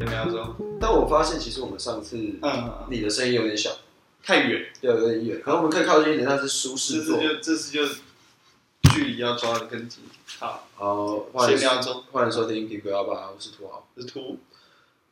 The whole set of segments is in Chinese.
怎么样说？但我发现其实我们上次嗯，你的声音有点小，太远，对，有点远，可能我们可以靠近一点，但是舒这适次座。就这次就距离要抓的更紧。好，好，呃欢闲迎聊中欢迎收听苹果幺八，我是土豪。的图，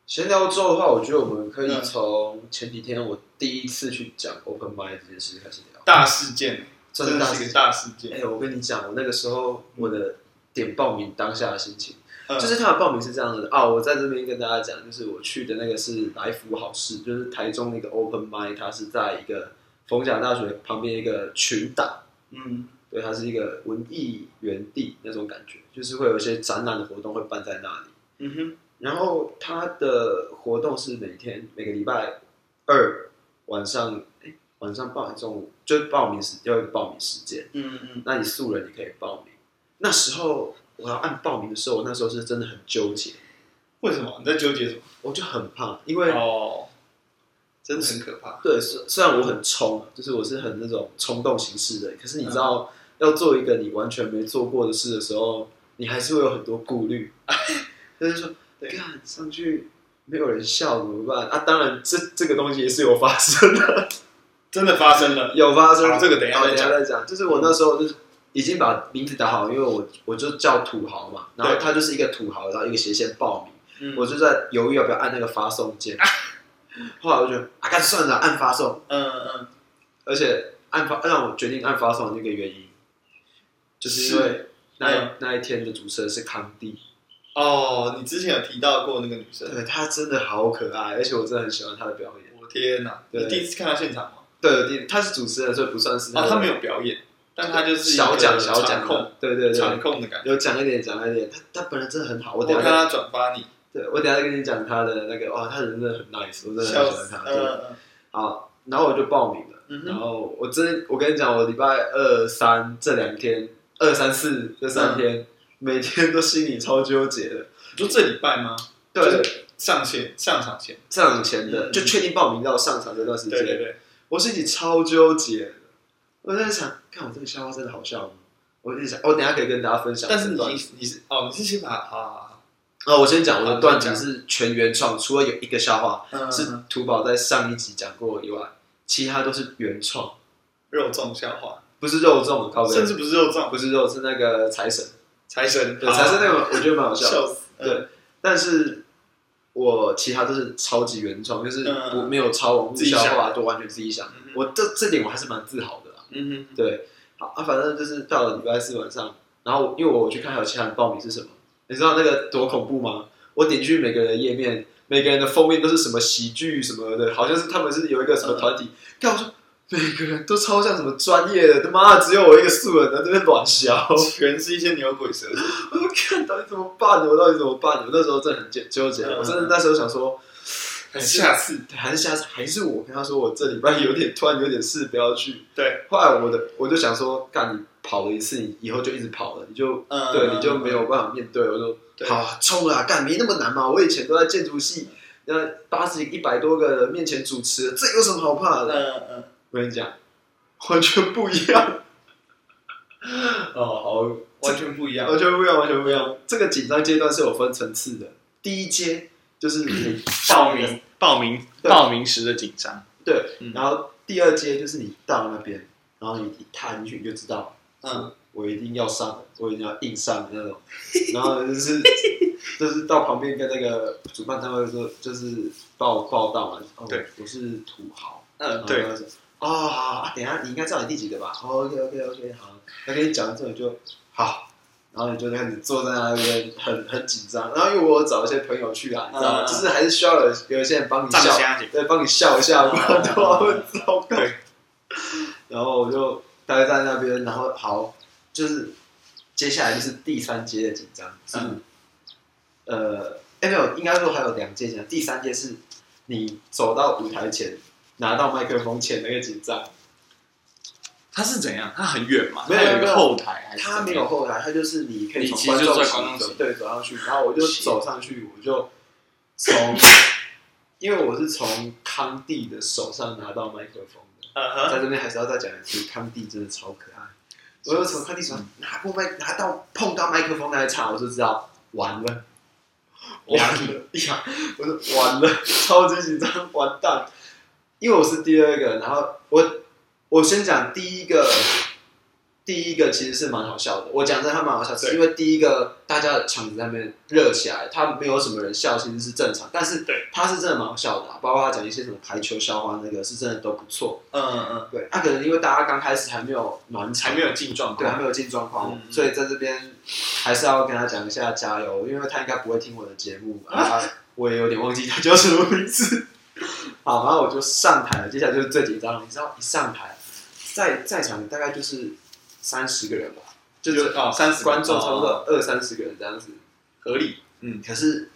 闲聊之后的话，我觉得我们可以嗯从前几天我第一次去讲 open mind 这件事情开始聊。大事件，真真的的大事是件一个大事哎、件。我跟你讲，我那个时候我的点报名当下的心情，嗯就是他的报名是这样的啊、我在这边跟大家讲，就是我去的那个是来福好事，就是台中那个 open mind，它是在一个逢甲大学旁边一个群岛，嗯对，它是一个文艺园地那种感觉，就是会有一些展览的活动会办在那里。嗯哼，然后它的活动是每天每个礼拜二晚上，哎，晚上报还是中午，就是报名时要有一个报名时间。嗯嗯，那你素人你可以报名。那时候我要按报名的时候，我那时候是真的很纠结，为什么你在纠结什么？我就很怕，因为哦，真的很可怕。对，虽虽然我很冲，啊就是我是很那种冲动行事的人，可是你知道，嗯要做一个你完全没做过的事的时候，你还是会有很多顾 虑，就是说，对干上去没有人笑怎么办啊？当然这，这个东西也是有发生的， 真的发生了，有发生。好这个等一下好再等一讲下再讲。就是我那时候就是已经把名字打好，因为我我就叫土豪嘛，然后对他就是一个土豪，然后一个斜线报名。嗯我就在犹豫要不要按那个发 送键。后来我就觉得啊，干算了，按发送。嗯嗯，而且按发让我决定按发送的那个原因，就是因为那一嗯那一天的主持人是康帝，哦，你之前有提到过那个女生，对她真的好可爱，而且我真的很喜欢她的表演。我天哪！对你第一次看她现场吗？对，第她是主持人，所以不算是哦，她没有，有表演，但她就是一个小讲小场讲控，，对对场对，控的感觉。有讲一点讲一点，她她本人真的很好，我我等一看下她转发你，对我等一下再跟你讲她的那个哇，她人真的很 nice，我真的很喜笑欢死，她。对，嗯好，然后我就报名了。嗯然嗯后我真，我跟你讲，我礼拜二、三这两天，二、三、四这嗯三天，每天都心里超纠结的。哼，就这礼拜吗？就就是上前上场前，上场前的，嗯就确定报名到上场这段时对间，对对，我心里超纠结的。我在想，看我这个笑话真的好笑吗？我一直想，我哦等一下可以跟大家分享但是这你段。你是哦，你是先把啊，哦，我先讲我的段子好是全原创，除了有一个笑话嗯是土宝在上一集讲过以外，其他都是原创，肉粽笑话，不是肉粽，啊靠甚背，至不是肉粽，不是肉，是那个财神。财神，对，才是那个个我觉得蛮好笑的。啊笑死，嗯对，但是我其他都是超级原创，就是嗯不没有抄网络自己笑想话，都完全自己想嗯哼。我这这点我还是蛮自豪的啦。嗯哼，对，好啊，反正就是到了礼拜四晚上，然后因为我去看还有其他人报名是什么，你知道那个多恐怖吗？我点进去每个人的页面，每个人的封面都是什么喜剧什么的，好像是他们是有一个什么团体，看我说。每个人都超像什么专业的，他妈的只有我一个素人在这边乱笑。全是一些牛鬼蛇神， 我说看到底怎么办？我到底怎么办？我那时候真的很纠纠结，嗯我真的那时候想说，很下次，还是下次还是我跟他说，我这礼拜有点突然有点事，不要去。对，后来我的我就想说，干你跑了一次，你以后就一直跑了，你就嗯，对你就没有办法面对。我说对好啊冲啊，干没那么难嘛，我以前都在建筑系。那八十一百多个人面前主持，这有什么好怕嗯，的？嗯嗯，我跟你讲，完全不一样。哦，好，完全不一样，完全不一样，完全不一样。这个紧张阶段是有分层次的。第一阶就是你报名报名对报名时的紧张，对，嗯然后第二阶就是你到那边，然后你一踏进去你就知道，嗯，我一定要上，我一定要硬上的那种。然后就是就是到旁边跟那个主办单位说，就是报报道嘛，哦对，我是土豪。然嗯，后对他说。哦，好好，啊等一下你应该知道你第几个吧？哦，OK，OK，OK，好。他跟你讲完之后，你就好，然后你就开始坐在那边很很紧张。然后因为我有找一些朋友去啊，你知道吗？嗯就是还是需要有有一些人帮你站笑，瞎姐，对，帮你笑一下， 嗯不然的话会嗯糟糕 对。然后我就待在那边，然后好，就是接下来就是第三阶的紧张，是、嗯呃，哎没有，应该说还有两阶紧张，第三阶是你走到舞台前拿到麦克风前那个紧张，它是怎样？它很远嘛，没有它有一没个有后台还是怎么他样没有后台，他就是你可以你从其实观众就在席观众走席对走上去，然后我就走上去，我就从，因为我是从康帝的手上拿到麦克风的，嗯哼， 在这边还是要再讲一次，康帝真的超可爱。我就从康帝手上拿过麦，拿到碰到麦克风那一刹，我就知道完了，完了呀！我说完了， 超级紧张，完蛋。因为我是第二个，然后我我先讲第一个，第一个其实是蛮好笑的。我讲真，他蛮好笑，是对因为第一个大家的场子在那边热起来，他没有什么人笑，其实是正常。但是对他是真的蛮好笑的啊、包括他讲一些什么排球笑话，那个是真的都不错。嗯嗯，对，啊那、可能因为大家刚开始还没有暖场，还没有进状对，啊还况，没有进状况嗯，嗯所以在这边还是要跟他讲一下加油，因为他应该不会听我的节目啊，我也有点忘记他叫什么名字。好，然后我就上台了，接下来就是最紧张了，你知道，一上台，在在场大概就是三十个人吧，就是有哦30个观众差不多二三十个人这样子，合理，可是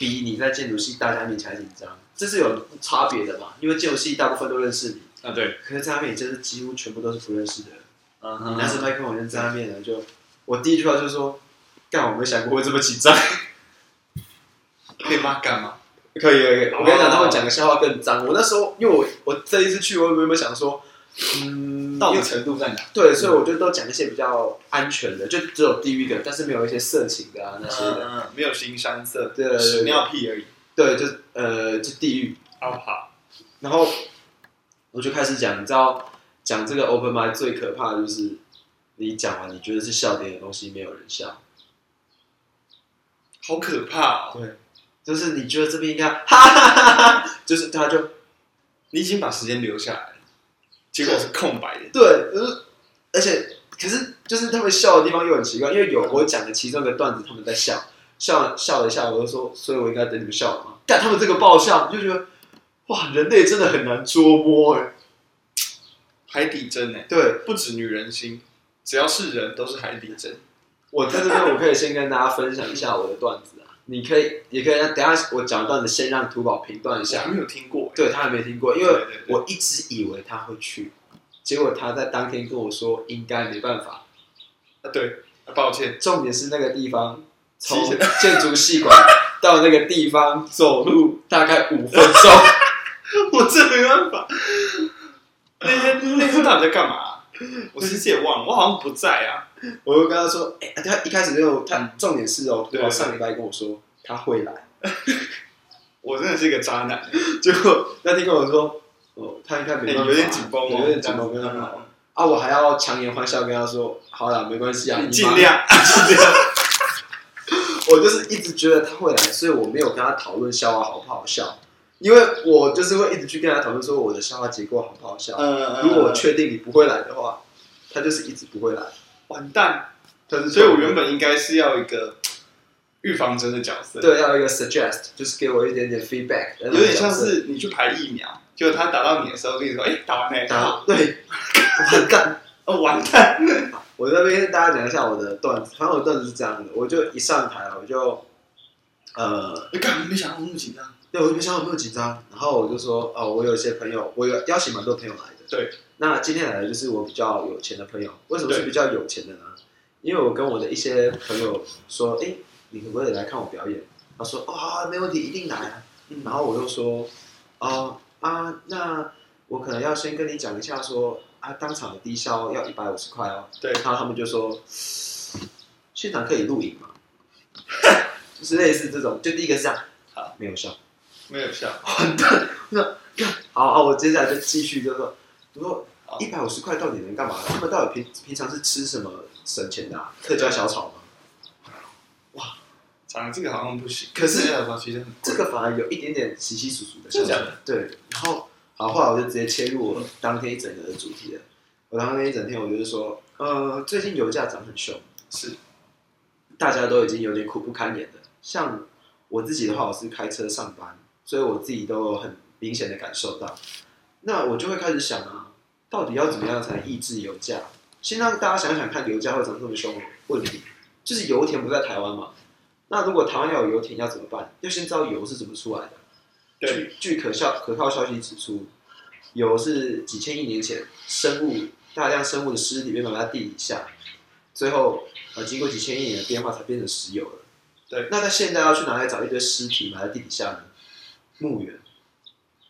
比你在建筑系大家面前还紧张，这是有差别的嘛，因为建筑系大部分都认识你，嗯啊，对，可是在他面前就是几乎全部都是不认识的人。嗯你哼拿着麦克风就在那面了，就我第一句话就是说，干，我没想过会这么紧张。 可以吗？干嘛？可以可以，可以我跟你讲，哦他们讲个笑话更脏。我那时候，因为我我这一次去，我有没有想说，嗯，到底因为程度在哪？对，所以我就都讲一些比较安全的，就只有地狱的，但是没有一些色情的啊那些的。嗯，没有腥膻色，对对屎对对尿屁而已。对，就呃就地狱。好好，然后我就开始讲，你知道讲这个 open mic 最可怕的就是你讲完你觉得是笑点的东西，没有人笑。好可怕哦！对，就是你觉得这边应该 哈哈哈哈，就是他就你已经把时间留下来了，结果是空白的。对，就是而且可是就是他们笑的地方又很奇怪，因为有我讲的其中一个段子，他们在笑，笑笑了一下，我就说，所以我应该等你们笑了吗？但他们这个爆笑，你就觉得哇，人类真的很难捉摸哎、海底针呢？对不止女人心，只要是人都是海底针。我在这边，我可以先跟大家分享一下我的段子啊，你可以也可以等一下我讲的段子，先让土宝评断一我还下，没有听过欸，对他还没听过，因为对对对我一直以为他会去，结果他在当天跟我说应该没办法。啊对，啊抱歉， 重点是那个地方，从其实建筑系 馆到那个地方走路大概五分钟。我真没办法。那天那天到底在干嘛？我其实也忘了，我好像不在啊。 我就跟他说，哎、他一开始就他重点是哦，对对，上礼拜跟我说他会来， 我真的是一个渣男，结果那天跟我说，哦，他应该没办法哎有点紧绷哦对有点紧绷，这跟样他子说啊，我还要强颜欢笑跟他说，好啦，没关 系啊，你你尽忙。量尽量。我就是一直觉得他会来，所以我没有跟他讨论笑话好不好笑，因为我就是会一直去跟他讨论说我的笑话结构好不好笑。嗯如果我确定你不会来的话，他就是一直不会来。完蛋，他是所以我原本应该是要一个预防针的角色，，对要一个 suggest，就是给我一点点 feedback，有有点像是你去排疫苗，结果他打到你的时候跟你说，哎，打完了，好， 打对，完蛋！哦，完蛋，我这边跟大家讲一下我的段子，反正我的段子是这样的，我就一上台我就呃你干嘛没想到我那么紧张？对，我就没想到有没有紧张，然后我就说，哦，我有一些朋友，我有邀请蛮多朋友来的。对，那今天来的就是我比较有钱的朋友。为什么是对比较有钱的呢？因为我跟我的一些朋友说，哎，你可不可以来看我表演？他说，哦，好啊，没问题，一定来啊。嗯然后我就说，哦啊，那我可能要先跟你讲一下说啊，当场的低消要一百五十块哦。对然后他们就说，现场可以录影吗？ 就是类似这种，就第一个是这样，好，没有效。没有效，完蛋，那好啊，我接下来就继续就说，我说好一百五十块到底能干嘛？他们到底平平常是吃什么省钱的、啊？客家小炒吗？长得这个好像不行，可是这个好像其实很这个反而有一点点稀稀疏疏的，真的假的对，然后好，后来我就直接切入我当天一整个的主题了。我当天一整天，我就是说，呃，最近油价涨很凶，是大家都已经有点苦不堪言了。像我自己的话，我是开车上班，所以我自己都有很明显的感受到。那我就会开始想啊，到底要怎么样才能抑制油价？先让大家想想看，油价会涨这么凶的问题，就是油田不在台湾嘛？那如果台湾要有油田，要怎么办？要先知道油是怎么出来的。对据据可效可靠消息指出，油是几千亿年前生物大量生物的尸体被埋在地底下，最后呃经过几千亿年的变化才变成石油了。对那在现在要去哪里找一堆尸体埋在地底下呢？墓园。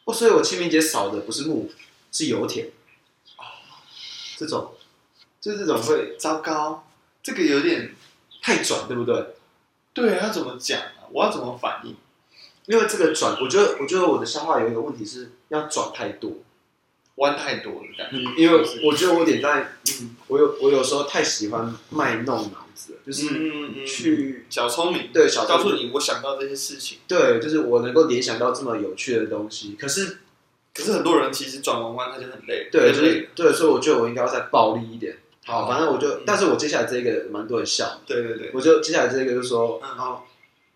哦，所以我清明节扫的不是墓，是油田。哦， 这种就是这种会糟糕，这个有点太转，对不对？对啊，要怎么讲啊？我要怎么反应？因为这个转，我觉得我觉得我的消化有一个问题是要转太多。弯太多的感觉，嗯，因为我觉得我有点在，嗯，我有我有时候太喜欢卖弄脑子了，就是嗯嗯去、小聪明，对小告动诉作，你我想到这些事情。对，就是我能够联想到这么有趣的东西，可是可是很多人其实转完弯他就很累，对，就很累是对，嗯所以我觉得我应该要再暴力一点。好，反正我就，但是我接下来这个蛮多人笑的，对对对，我就接下来这个就说，嗯哦，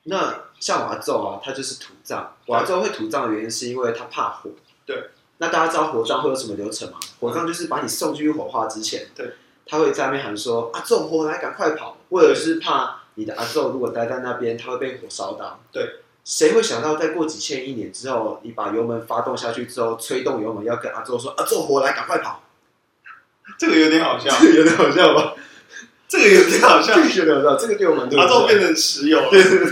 那像瓦咒啊，它就是土葬，瓦咒会土葬的原因是因为它怕火。对。那大家知道火葬会有什么流程吗？火葬就是把你送进去火化之前，对，他会在那边喊说啊，咒火来，赶快跑，或者是怕你的阿咒如果待在那边，他会被火烧到。对。谁会想到，再过几千亿年之后，你把油门发动下去之后，吹动油门要跟阿宙说：“阿宙火来，赶快跑，这个有点好笑！” 有点好笑吧？ 这个有点好笑这，个 有点好笑，这个对我们对把照变成石油了。对对对，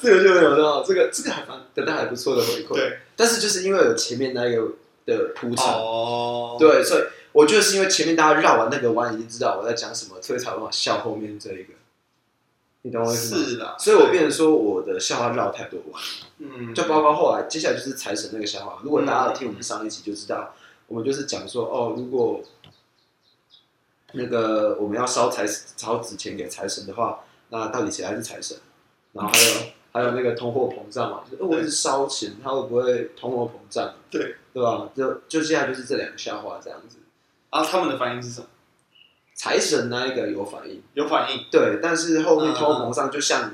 这个就有点好笑，这个这个还蛮得到还不错的回馈。对，但是就是因为有前面那个的铺陈，哦，对，所以我觉得是因为前面大家绕完那个弯已经知道我在讲什么，所以才有办法笑后面这一个。你懂我意思吗？是啦，所以我变成说我的笑话绕太多弯，嗯，就包括后来接下来就是财神那个笑话。如果大家有听我们上一集就知道，我们就是讲说哦，如果那个我们要烧财烧纸钱给财神的话，那到底谁才是财神？然后还有还有那个通货膨胀嘛，就是呃我一直烧钱，它会不会通货膨胀？对对吧？就就接下来就是这两个笑话这样子。啊，他们的反应是什么？财神那一个有反应，有反应，对，但是后嗯面通货膨胀就像，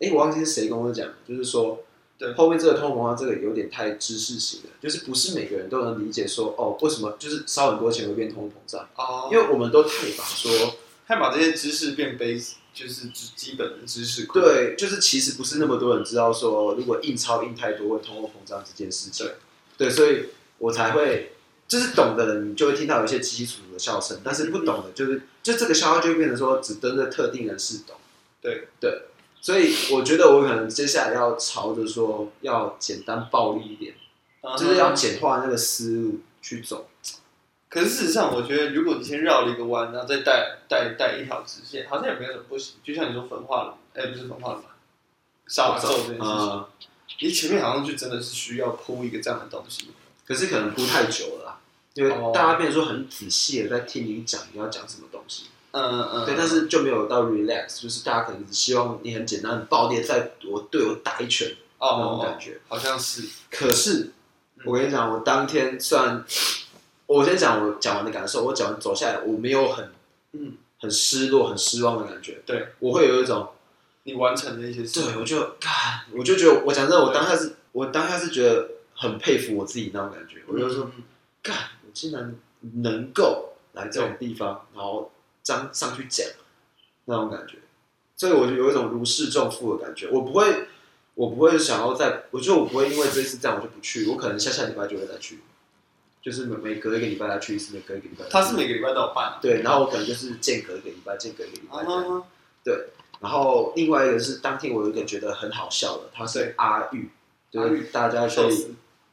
哎、我忘记是谁跟我讲，就是说，对后面这个通货膨胀啊这个有点太知识型了，就是不是每个人都能理解说，哦，为什么就是烧很多钱会变通货膨胀？哦因为我们都太把说，他把这些知识变悲，就是基基本的知识库。，对，就是其实不是那么多人知道说，如果印钞印太多会通货膨胀这件事情，对，所以我才会。就是懂的人，你就会听到有一些稀稀疏疏的笑声，但是不懂的，就是就这个笑话就会变成说，只针对特定人士懂。对对，所以我觉得我可能接下来要朝着说要简单暴力一点，嗯就是要简化那个思路去走。可是事实上，我觉得如果你先绕了一个弯，然后再带带带一条直线，好像也没有什么不行。就像你说焚化炉，哎、不是焚化炉吧，杀咒这件事情，啊、你前面好像就真的是需要铺一个这样的东西。可是可能铺太久了啦，因为哦大家变成说很仔细的在听你讲你要讲什么东西，嗯嗯，对，但是就没有到 relax，就是大家可能只希望你很简单很暴力，在我对我打一拳哦那种哦嗯感，觉。好像是可是我跟你讲，我当天虽然我先讲我讲完的感受，我讲完走下来，我没有很嗯很失落、很失望的感觉，对我会有一种你完成了一些事对，我就干，我就觉得，我讲真的，我当下是，我当下是觉得很佩服我自己那种感觉。我就说，嗯干，我竟然能够来这种地方，然后张上去讲那种感觉，所以我就有一种如释重负的感觉。我不会，我不会想要再，我觉得我不会因为这次这样我就不去，我可能下下礼拜就会再去，就是每每隔一个礼拜再去一次，每隔一个礼拜再去。他是每个礼拜都有办啊。对，然后我可能就是间隔一个礼拜，间隔一个礼拜这样。啊，然后另外一个是当天我有一个觉得很好笑的，他是阿玉，就阿玉是大家可笑以死！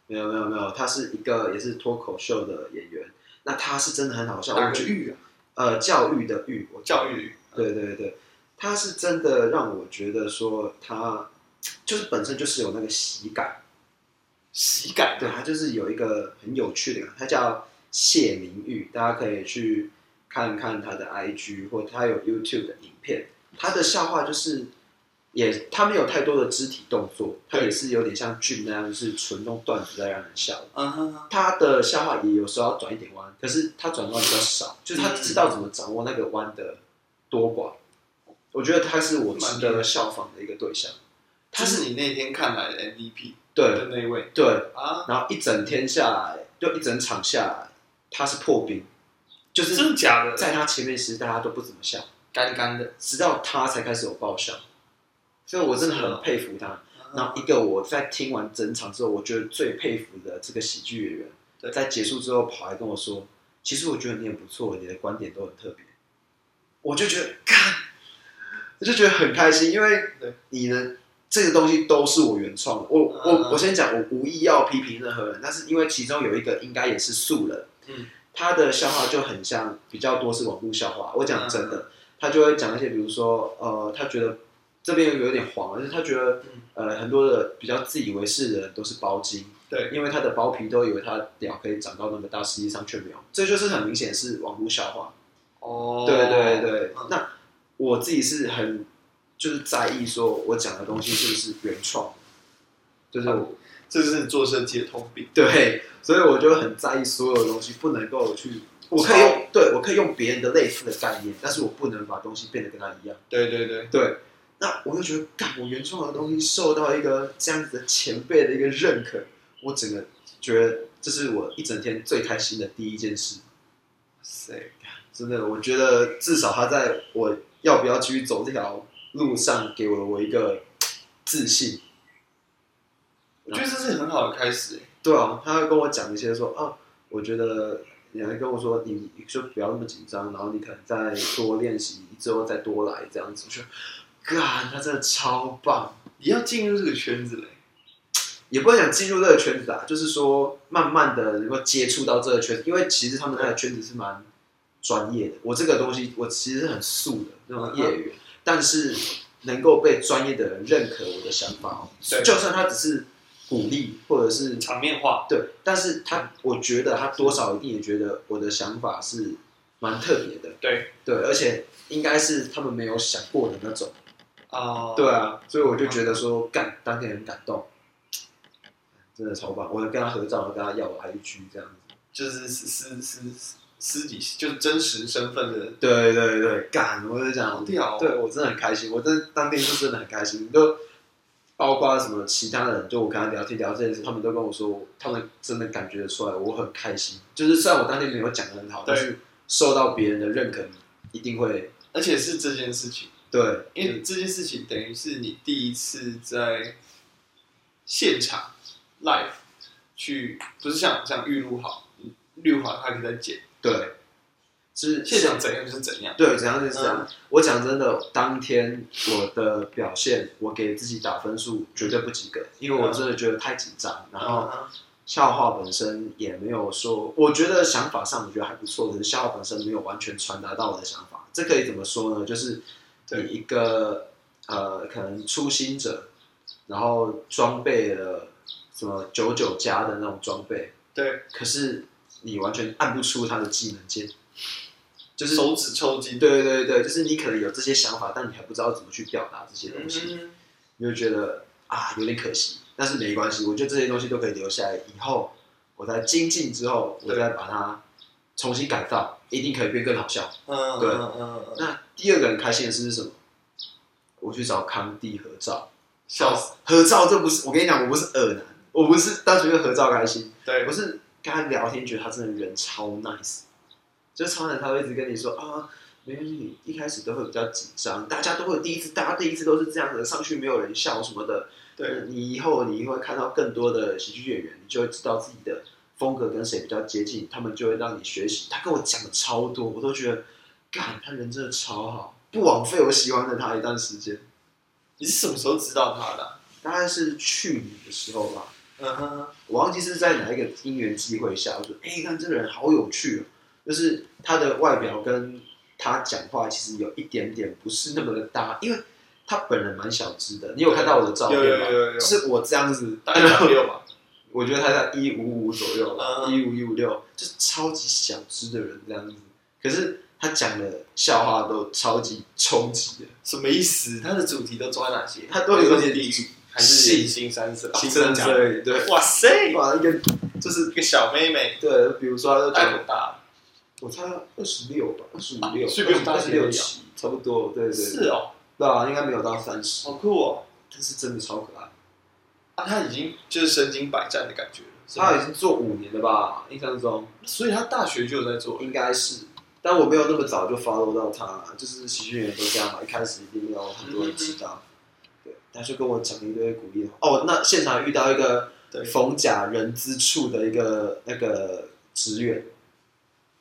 没有没有没有，他是一个也是脱口秀的演员，那他是真的很好笑，哪我个觉得育啊？呃教育的育，我教育对对对，他是真的让我觉得说他就是本身就是有那个喜感，喜感，对他就是有一个很有趣的感觉，他叫谢明玉，大家可以去看看他的 IG 或他有 YouTube 的影片，他的笑话就是也他没有太多的肢体动作，他对也是有点像俊那样，就是纯用段子在让人笑。嗯哼哼，他的笑话也有时候要转一点弯，可是他转弯比较少，就是他知道怎么掌握那个弯的多寡。我觉得他是我值得效仿的一个对象。他是你那天看来的 MVP 对的那一位对，啊？然后一整天下来，就一整场下来，他是破冰，就是真的假的？在他前面，其实大家都不怎么笑，干干的，直到他才开始有爆笑。所以我真的啊很佩服他。然后一个我在听完整场之后，我觉得最佩服的这个喜剧演员，对在结束之后跑来跟我说：“其实我觉得你很不错，你的观点都很特别。”我就觉得，看，我就觉得很开心，因为对你呢，这个东西都是我原创的。我嗯我我先讲，我无意要批评任何人，但是因为其中有一个应该也是素人，嗯，他的笑话就很像比较多是网络笑话。我啊讲真的，他就会讲一些，比如说，呃，他觉得这边有点黄，而且他觉得嗯，呃，很多的比较自以为是的人都是包茎，对，因为他的包皮都以为他屌可以长到那么大，实际上却没有，这就是很明显是网络笑话。哦对对对嗯，那我自己是很就是在意说我讲的东西是不是原创，就是哦我这就是做设计的通病。对，所以我就很在意所有的东西不能够去，我可以用对我可以用别人的类似的概念，但是我不能把东西变得跟他一样。对对对，对，那我就觉得，干我原创的东西受到一个这样子的前辈的一个认可，我整个觉得这是我一整天最开心的第一件事。谁？真的，我觉得至少他在我要不要继续走这条路上，给了我一个自信。我觉得这是很好的开始、欸。对啊，他会跟我讲一些说啊，我觉得你还跟我说你你就不要那么紧张，然后你可能再多练习，之后再多来这样子。我觉得，干，他真的超棒。你要进入这个圈子嘞、也不能讲进入这个圈子啊，就是说慢慢的能够接触到这个圈子，因为其实他们那个圈子是蛮专业的。我这个东西我其实很素的那种业啊余，但是能够被专业的人认可我的想法哦，对就算他只是鼓励或者是场面化。对，但是他我觉得他多少一定也觉得我的想法是蛮特别的，对对，而且应该是他们没有想过的那种。啊、对啊，所以我就觉得说，干当天很感动，真的超棒。我跟他合照，我跟他要我 IG 这样子。就是私私私私底就是真实身份的。对对对，干，我就讲好，屌哦对我真的很开心，我真的当天就真的很开心，就包括什么其他人，就我跟他聊天聊这件事，他们都跟我说，他们真的感觉得出来，我很开心。就是虽然我当天没有讲的很好，对但是受到别人的认可，一定会而且是这件事情，对，因为这件事情等于是你第一次在现场 live 去，不是像像预录好，录好它可以再剪，对，是现场怎样就是怎样。对，怎样就是这样。我讲真的，当天我的表现，我给自己打分数绝对不及格，因为我真的觉得太紧张。然后啊，笑话本身也没有说，我觉得想法上我觉得还不错，可是笑话本身没有完全传达到我的想法。这可以怎么说呢？就是对你一个呃，可能初心者，然后装备了什么九九加的那种装备，对，可是你完全按不出他的技能键，就是手指抽筋，对对对，就是你可能有这些想法，但你还不知道怎么去表达这些东西，嗯，你就觉得啊有点可惜。但是没关系，我觉得这些东西都可以留下来，以后我在精进之后，我对再把它重新改造，一定可以变更好笑。嗯对嗯嗯嗯，那第二个很开心的事是什么？我去找康帝合照，笑死，合照这不是我跟你讲，我不是恶男，我不是单纯因为合照开心，对我，是跟他聊天，觉得他真的人超 nice，就是超 nice，他会一直跟你说啊，没关系，你一开始都会比较紧张，大家都会第一次，大家第一次都是这样的，上去没有人笑什么的。对，你以后你会看到更多的喜剧演员，你就会知道自己的风格跟谁比较接近，他们就会让你学习。他跟我讲的超多，我都觉得，干，他人真的超好，不枉费我喜欢了他一段时间。你是什么时候知道他的啊？大概是去年的时候吧，嗯哼，我忘记是在哪一个因缘机会下，我说，哎、看这个人好有趣、哦，就是他的外表跟他讲话其实有一点点不是那么的搭，因为他本人蛮小只的，你有看到我的照片有吗？有有有有，是我这样子，大概两六吧， 我觉得他在一五五左右吧，嗯一五一五六，就是超级小只的人这样子，可是他讲的笑话都超级冲击的，什么意思？它的主题都抓哪些？他都有点地狱，还是人性三色？啊新真生的假的？之类，对，哇塞，哇，一个就是一个小妹妹，对，比如说他就讲大。口大，我猜二十六吧，二十五六，所以比我们大二一十点六而已啊七，差不多，对对对，是哦，对啊，应该没有到三十，好酷哦！但是真的超可爱。啊，他已经就是身经百战的感觉了，是他吧？已经做五年了吧，印象中所以他大学就有在做了，应该是，但我没有那么早就 follow 到他，就是喜剧演员都这样嘛，一开始一定没有很多人知嗯道。对，他就跟我讲一堆鼓励的话哦，那现场遇到一个对逢甲人资处的一个那个职员，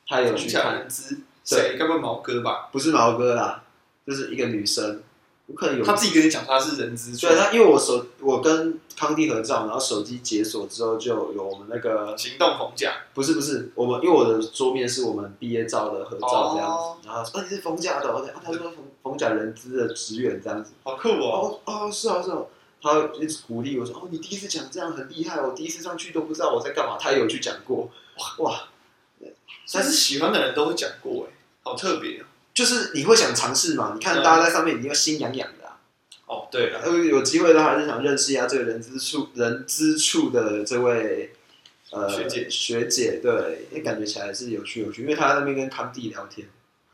她有去不抢看，人知，对谁？该不会毛哥吧？不是毛哥啦，就是一个女生，我可能有他自己跟你讲他是人资，对他，因为我手我跟康帝合照，然后手机解锁之后就有我们那个行动红甲，不是不是我们，因为我的桌面是我们毕业照的合照这样子，哦然后他说啊你是冯甲的，我说啊他说冯冯甲人资的职员这样子，好酷哦！哦哦是哦是哦，他一直鼓励我说哦你第一次讲这样很厉害，我哦第一次上去都不知道我在干嘛，他也有去讲过，哇，但是喜欢的人都会讲过，哎，好特别哦就是你会想尝试嘛，你看嗯大家在上面你要心痒痒的、啊。哦。对了，呃，有机会的话，还是想认识一下这个人之处人之处的这位呃学姐学姐，对，因为感觉起来是有趣有趣，因为她在那边跟康帝聊天，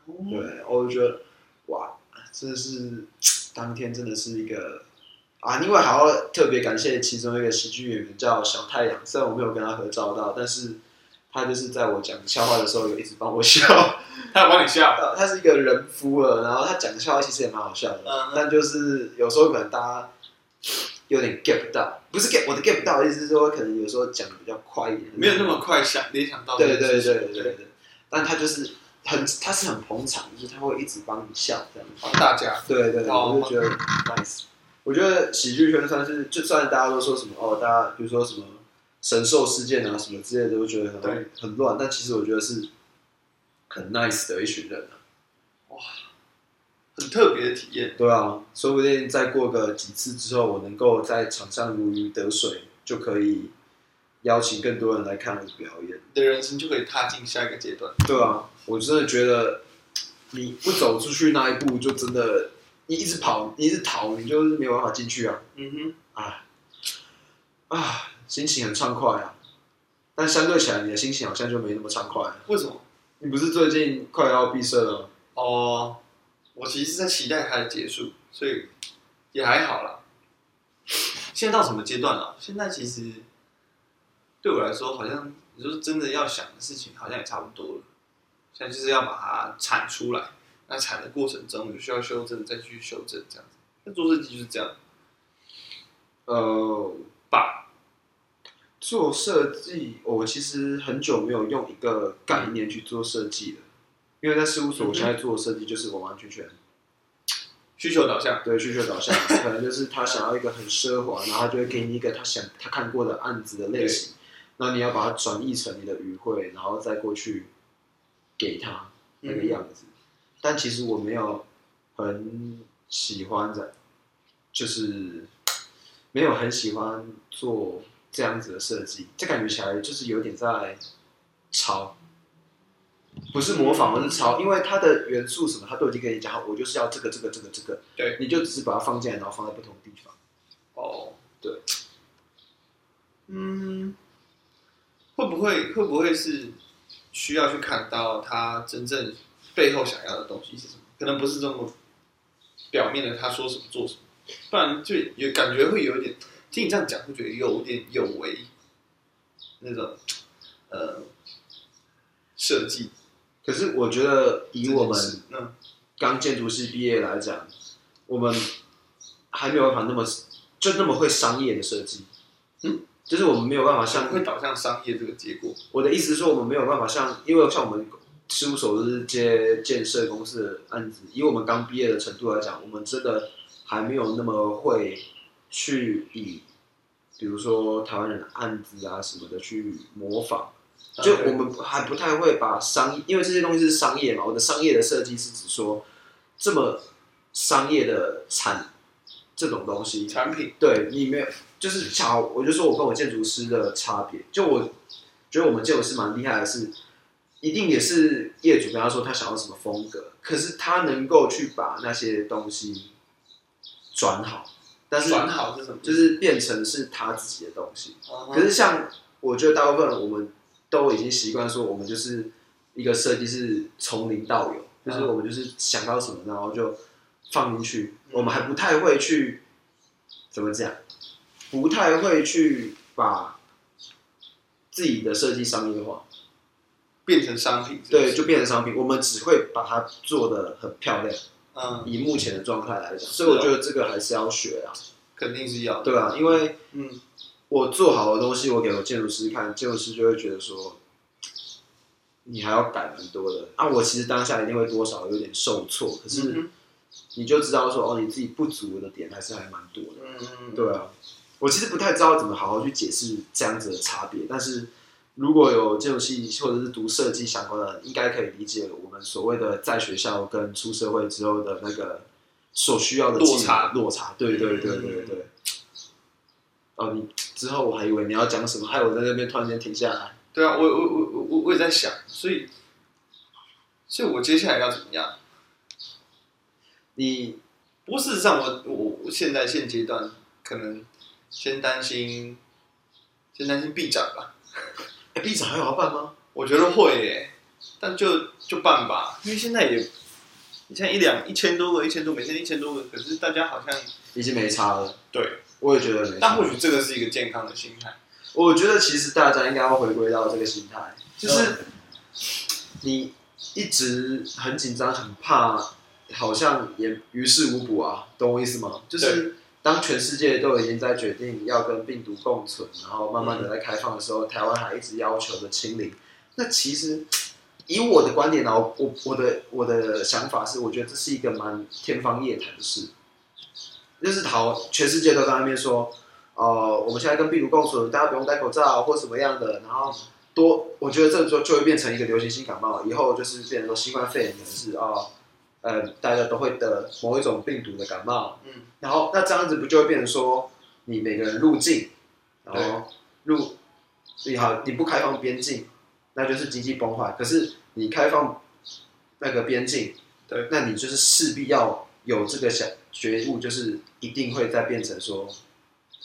哦对，我就觉得哇，这是当天真的是一个啊，另外还要特别感谢其中一个喜剧演员叫小太阳，虽然我没有跟他合照到，但是他就是在我讲笑话的时候有一直帮我笑。他有帮你笑，呃，他是一个人夫了，然后他讲笑话其实也蛮好笑的，嗯但就是有时候可能大家有点 get 不到，不是 get 我的 get 不到，意思是说可能有时候讲的比较快一点，没有那么快想联想到这对件对事对情。对对对，但他就是很他是很捧场，就是他会一直帮你笑这样子，帮哦大家对对对，哦我就觉得 nice。我觉得喜剧圈算是，就算大家都说什么哦，大家比如说什么神兽事件啊什么之类的，都觉得很对很乱，但其实我觉得是很 nice 的一群人啊。很特别的体验，对啊，说不定再过个几次之后，我能够在场上如鱼得水，就可以邀请更多人来看我的表演。你的人生就可以踏进下一个阶段。对啊，我真的觉得你不走出去那一步，就真的你一直跑，你一直逃，你就是没有办法进去啊嗯哼，啊啊！心情很畅快啊，但相对起来，你的心情好像就没那么畅快、啊。为什么？你不是最近快要闭塞了吗？哦，我其实是在期待它的结束，所以也还好啦。现在到什么阶段了？现在其实对我来说，好像你说真的要想的事情，好像也差不多了。现在就是要把它产出来，那产的过程中有需要修正，再去修正这样子。那做设计就是这样呃，吧。做设计，我其实很久没有用一个概念去做设计了，因为在事务嗯所，哼我现在做的设计就是完完全全需求导向，对需求导向，可能就是他想要一个很奢华，然后他就会给你一个他想他看过的案子的类型，然后你要把它转译成你的语汇，然后再过去给他那个样子。但其实我没有很喜欢的，就是没有很喜欢做这样子的设计，这感觉起来就是有点在抄，不是模仿，而是抄，因为它的元素什么，它都已经跟你讲好，我就是要这个这个这个这个，对，你就只是把它放进来，然后放在不同地方。哦，对，嗯，会不会会不会是需要去看到他真正背后想要的东西是什么？可能不是这么表面的，他说什么做什么，不然就也感觉会有一点，听你这样讲会觉得有点有违那种呃设计可是我觉得这以件我们事嗯刚建筑系毕业来讲，我们还没有办法那么就那么会商业的设计，嗯，就是我们没有办法像会导向商业这个结果，我的意思是说，我们没有办法像，因为像我们事务所都是接建设公司的案子，以我们刚毕业的程度来讲，我们真的还没有那么会去以，比如说台湾人的案子啊什么的去模仿，就我们还不太会把商，因为这些东西是商业嘛，我的商业的设计是指说这么商业的产这种东西，产品对你没有，就嗯是巧，我就说我跟我建筑师的差别，就我觉得我们建筑师蛮厉害的是，一定也是业主跟他说他想要什么风格，可是他能够去把那些东西转好，但是转好是什么？就是变成是他自己的东西。嗯哼可是像我觉得大部分我们都已经习惯说，我们就是一个设计是从零到有，就是我们就是想到什么，然后就放进去，我们还不太会去怎么讲，不太会去把自己的设计商业化，变成商品是不对，是，就变成商品，我们只会把它做的很漂亮。嗯，以目前的状态来讲，所以我觉得这个还是要学啊，肯定是要的，对啊，因为。嗯。我做好的东西，我给我建筑师看，建筑师就会觉得说，你还要改蛮多的。啊，我其实当下一定会多少有点受挫，可嗯是你就知道说哦，你自己不足的点还是还蛮多的。嗯，对啊，我其实不太知道怎么好好去解释这样子的差别，但是如果有建筑系或者是读设计相关的，应该可以理解我们所谓的在学校跟出社会之后的那个所需要的落技能差落差，对对对对对对。哦，你之后我还以为你要讲什么，害我在那边突然间停下来。对啊，我我我我我我也在想，所以，所以我接下来要怎么样？你不过事实上我，我我现在现阶段可能先担心，先担心闭展吧。哎，毕展还有要办吗？我觉得会耶，但就就办吧，因为现在也，你像一两一千多个，一千多，每天一千多个，可是大家好像已经没差了，对，我也觉得没差。但或许这个是一个健康的心态，我觉得其实大家应该要回归到这个心态，就是你一直很紧张、很怕，好像也于事无补啊，懂我意思吗？就是当全世界都已经在决定要跟病毒共存，然后慢慢的在开放的时候，台湾还一直要求着清零，那其实。以我的观点呢、我我我的我的想法是，我觉得这是一个蛮天方夜谭的事，就是好，全世界都在那边说，呃，我们现在跟病毒共存，大家不用戴口罩或什么样的，然后多，我觉得这就就会变成一个流行性感冒，以后就是变成说新冠肺炎可能是哦，呃，大家都会得某一种病毒的感冒，嗯，然后那这样子不就会变成说你每个人入境，然后入，你好，你不开放边境，那就是经济崩坏，可是你开放那个边境，对，那你就是势必要有这个想觉悟，就是一定会再变成说，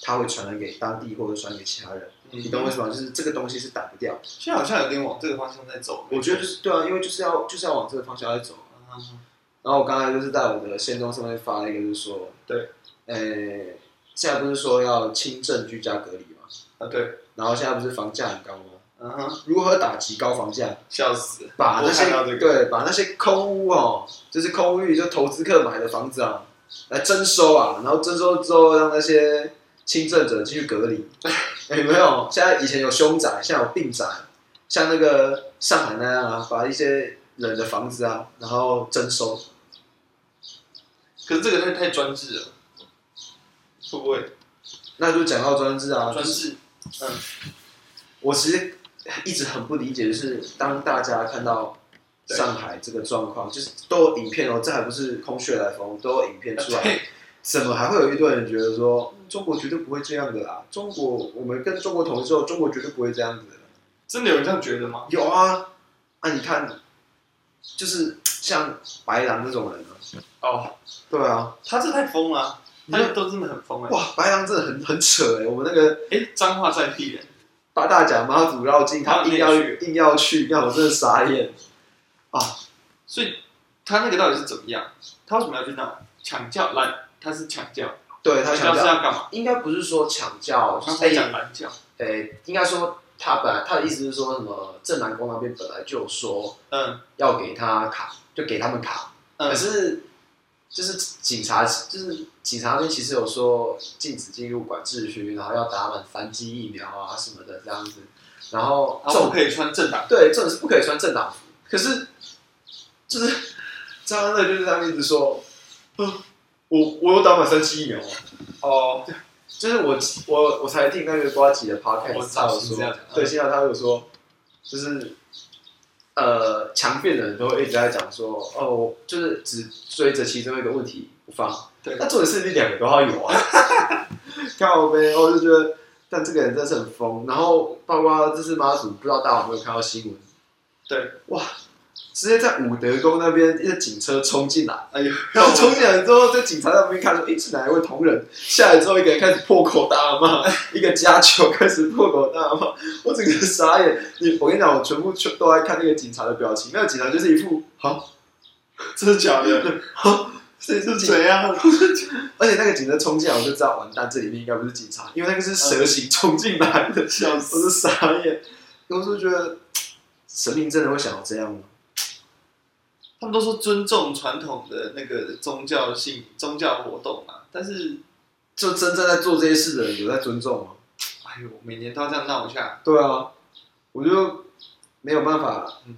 它会传染给当地或者传染给其他人，你懂我意思吗？就是这个东西是打不掉。嗯现在好像有点往这个方向在走。我觉得就是对啊，因为就是要就是要往这个方向在走。嗯，然后我刚才就是在我的线动上面发了一个，就是说，对，呃，现在不是说要轻症居家隔离嘛，啊对，然后现在不是房价很高吗？嗯哼，如何打击高房价？笑死了，把那我看些、到这个对，把那些空屋哦，就是空屋，就投资客买的房子啊，来征收啊，然后征收之后让那些轻症者继续隔离。 有没有？现在以前有凶宅，现在有病宅，像那个上海那样啊，把一些人的房子啊，然后征收。可是这个太太专制了，会不会那就讲到专制啊，专制？我其实一直很不理解，就是当大家看到对上海这个状况，就是都有影片哦，这还不是空穴来风，都有影片出来对，怎么还会有一堆人觉得说嗯中国绝对不会这样的啦？中国我们跟中国统一之后，中国绝对不会这样子的。真的有人这样觉得吗？有啊，啊，你看，就是像白狼这种人啊，哦，对啊，他这太疯了，啊你看他都真的很疯哎、哇，白狼真的很很扯哎、我们那个哎、脏话在屁人，八大甲妈祖绕境，他硬要他也硬要去，让我真的傻眼。所以他那个到底是怎么样？他为什么要去那抢教拦？他是抢教，对他教哦想是讲。要干嘛？应该不是说抢教，他是是被讲拦教，诶、应该说他本来他的意思是说什么正南宫那边本来就有说嗯要给他卡，就给他们卡，可嗯，是就是警察就是警察那边其实有说禁止进入管制区，然后要打满三剂疫苗啊什么的这样子，然后然这种后啊不可以穿正党，对，这种是不可以穿正党服。可是，就是张安乐就是他们一直说，呃我我有打满三期疫苗啊，哦，就是我我我才听那个瓜吉的 podcast，我知他道有是这样说讲，嗯对，现在他有说，就是呃，强辩的人都会一直在讲说，哦，我就是只追着其中一个问题不放，对那重点是你两个都 要有啊，靠呗，我就觉得，但这个人真的是很疯，然后包括这次妈祖，不知道大家有没有看到新闻？对，哇，直接在武德宫那边一个警车冲进来。哎 呦， 然后冲进来之后，在警察在旁边看说：“诶，是哪一位同仁？”下来之后，一个人开始破口大骂， 一个加球开始破口大骂，我整个傻眼。你，我跟你讲，我全部全都在看那个警察的表情，那个警察就是一副好，真的假的？这是是警，谁啊？而且那个警察冲进来，我就知道完蛋，这里面应该不是警察，因为那个是蛇形冲进来的，笑死！我是傻眼。我是觉得神明真的会想要这样吗？他们都说尊重传统的那个宗教性宗教活动啊，但是就真正在做这些事的人有在尊重吗？哎呦，每年都要这样闹一下，对啊，我就没有办法嗯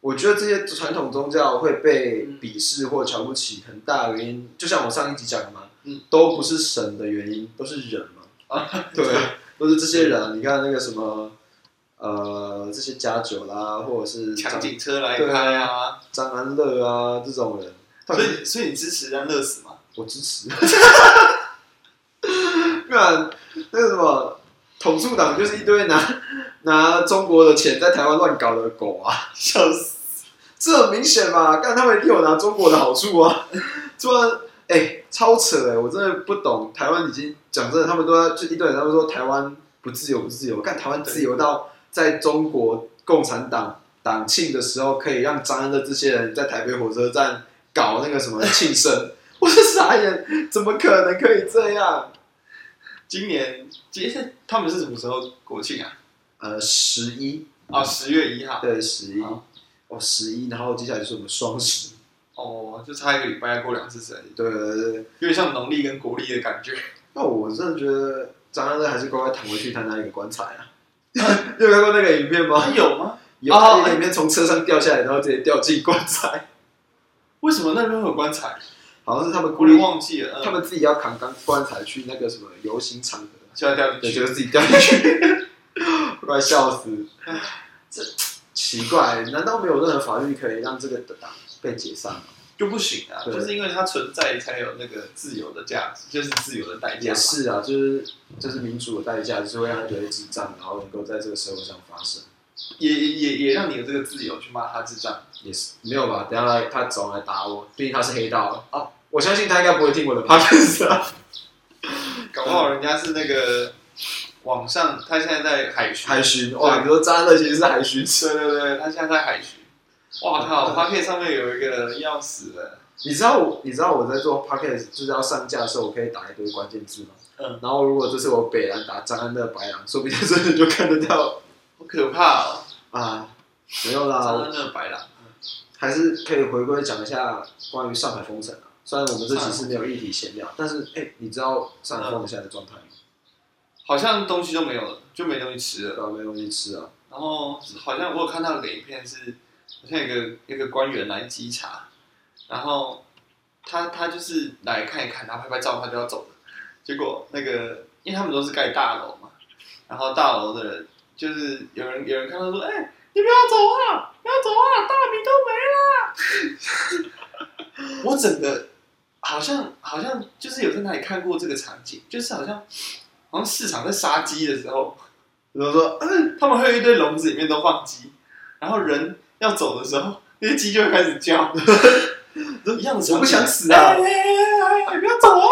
我觉得这些传统宗教会被鄙视或瞧不起，很大的原因，就像我上一集讲的嘛，嗯都不是神的原因，都是人嘛。啊， 对啊，都是这些人。你看那个什么，呃，这些家酒啦，或者是抢张警车来对啊开啊，张安乐啊这种人，他所们以所以你支持安乐死吗？我支持。 不然那个什么统促党就是一堆拿拿中国的钱在台湾乱搞的狗啊，笑死！这很明显嘛，干他们一定有拿中国的好处啊，突然哎、超扯哎、我真的不懂台湾已经讲真的，他们都在就一堆人他们说台湾不自由不自由，干台湾自由到在中国共产党党庆的时候可以让张安乐这些人在台北火车站搞那个什么庆生。 我是傻眼，怎么可能可以这样？今年今天他们是什么时候国庆啊？呃，十一，啊，十月一号。对，十一，好哦，十一，然后接下来就是我们双十，哦，就差一个礼拜要过两次生日，对对对对。有点像农历跟国历的感觉。那我真的觉得张安乐还是乖乖躺回去他那一个棺材啊。 你有看过那个影片啊，吗？有吗？有，哦他那个影片从车上掉下来，然后直接掉进棺材，为什么那边会有棺材？好像是他们我故有意点，忘记了。嗯他们自己要扛棺棺材去那个什么游行场合，就要掉进对，去。就是自己掉进去， 我快笑死。这奇怪，难道没有任何法律可以让这个党被解散吗？就不行啊，对就是因为它存在才有那个自由的价值，就是自由的代价也嘛。是啊，就是就是民主的代价，就是会让他觉得智障，然后能够在这个社会上发生，也也也也让你有这个自由去骂他智障。也是没有吧？等一下来他总来打我，毕竟他是黑道啊，我相信他应该不会听我的 podcast 啊。搞不好人家是那个网上，他现在在海巡，海巡哇，你说渣乐其实是海巡，对对对，他现在在海巡。哇靠！发片上面有一个要死的，你知道我你知道我在做 podcast 就是要上架的时候，我可以打一堆关键字吗？嗯，然后如果这次我北兰打张安乐白狼，说不定真的就看得到好可怕哦！啊，没有张啦安，乐白狼，还是可以回归讲一下关于上海封城啊。虽然我们这期是没有议题闲聊，但是哎、你知道上海封城现在的状态吗？好像东西都没有了，就没东西吃了。对啊，没东西吃啊。然后好像我有看到一个影片是，好像有一个有一个官员来稽查，然后他他就是来看一看，然后拍拍照，他就要走了。结果那个，因为他们都是盖大楼嘛，然后大楼的人就是有人有人看到说，哎、你不要走啊，不要走啊，大米都没 啦。我整个好像好像就是有在哪里看过这个场景，就是好像好像市场在杀鸡的时候。然后说，他们会有一堆笼子里面都放鸡，然后人要走的时候，那些鸡就会开始叫， 一样的场景我不想死啊哎哎哎哎哎不要走啊！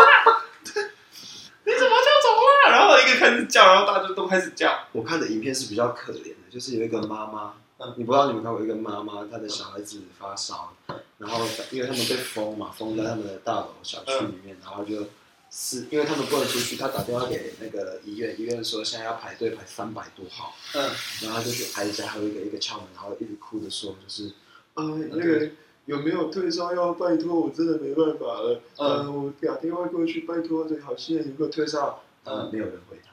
你怎么就走了？啊然后一个开始叫，然后大家就都开始叫。我看的影片是比较可怜的，就是有一个妈妈，嗯你不知道你们看过一个妈妈，她的小孩子发烧，然后因为他们被封嘛，封在他们的大楼小区里面，然后就。是因为他们不能出去，她打电话给那个医院，医院说现在要排队排三百多号，嗯，然后他就去挨家还有一个一个敲门，然后一直哭着说，就是，呃，嗯那个有没有退烧药？拜托，我真的没办法了。嗯呃，我打电话过去，拜托，最好心人有没有退烧药？嗯嗯，没有人回他。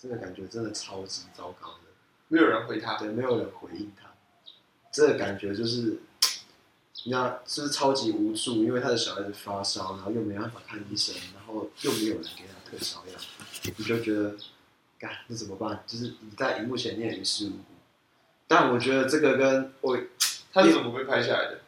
这个感觉真的超级糟糕的，没有人回他。对，没有人回应他，这个感觉就是，你知道，就是超级无助，因为他的小孩子发烧，然后又没办法看医生，然后又没有人给他退烧药，你就觉得，干，那怎么办？就是你在荧幕前你也于事无补。但我觉得这个跟我他是怎么被拍下来的？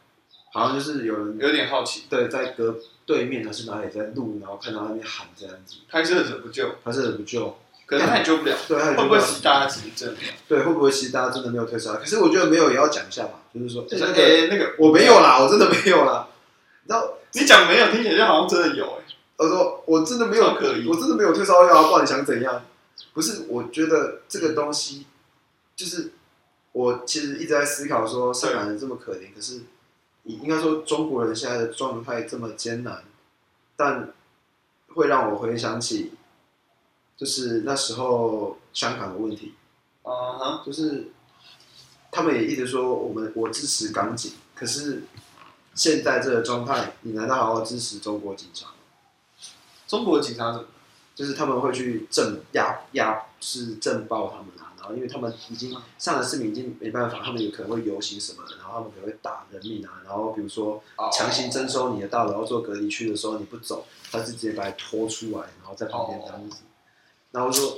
好像就是有人有点好奇。对在隔对面还是哪里在录，然后看到那边喊这样子，拍摄者不救，他是很不救，可是他也救不了。对，他也会觉不会得其实大家其实真的没有？对，会不会其实大家真的没有退烧？可是我觉得没有也要讲一下吧，就是说，就哎是那哎、个那个，我没有啦，我真的没有啦。 然后你讲没有，听起来就好像真的有哎、我说我真的没有，超可疑我真的没有退烧药啊，不然你想怎样？不是，我觉得这个东西就是我其实一直在思考说，上海人这么可怜，可是你应该说中国人现在的状态这么艰难，但会让我回想起就是那时候香港的问题。嗯哼，就是他们也一直说我们我支持港警，可是现在这个状态，你难道还要支持中国警察吗？中国警察怎么？就是他们会去镇压压，就是镇暴他们啊，然然后因为他们已经上了市民已经没办法，他们有可能会游行什么的，然后他们可能会打人命啊，然后比如说哦强行征收你的大楼要做隔离区的时候你不走，他是直接把你拖出来，然后在旁边这样子。然后我说，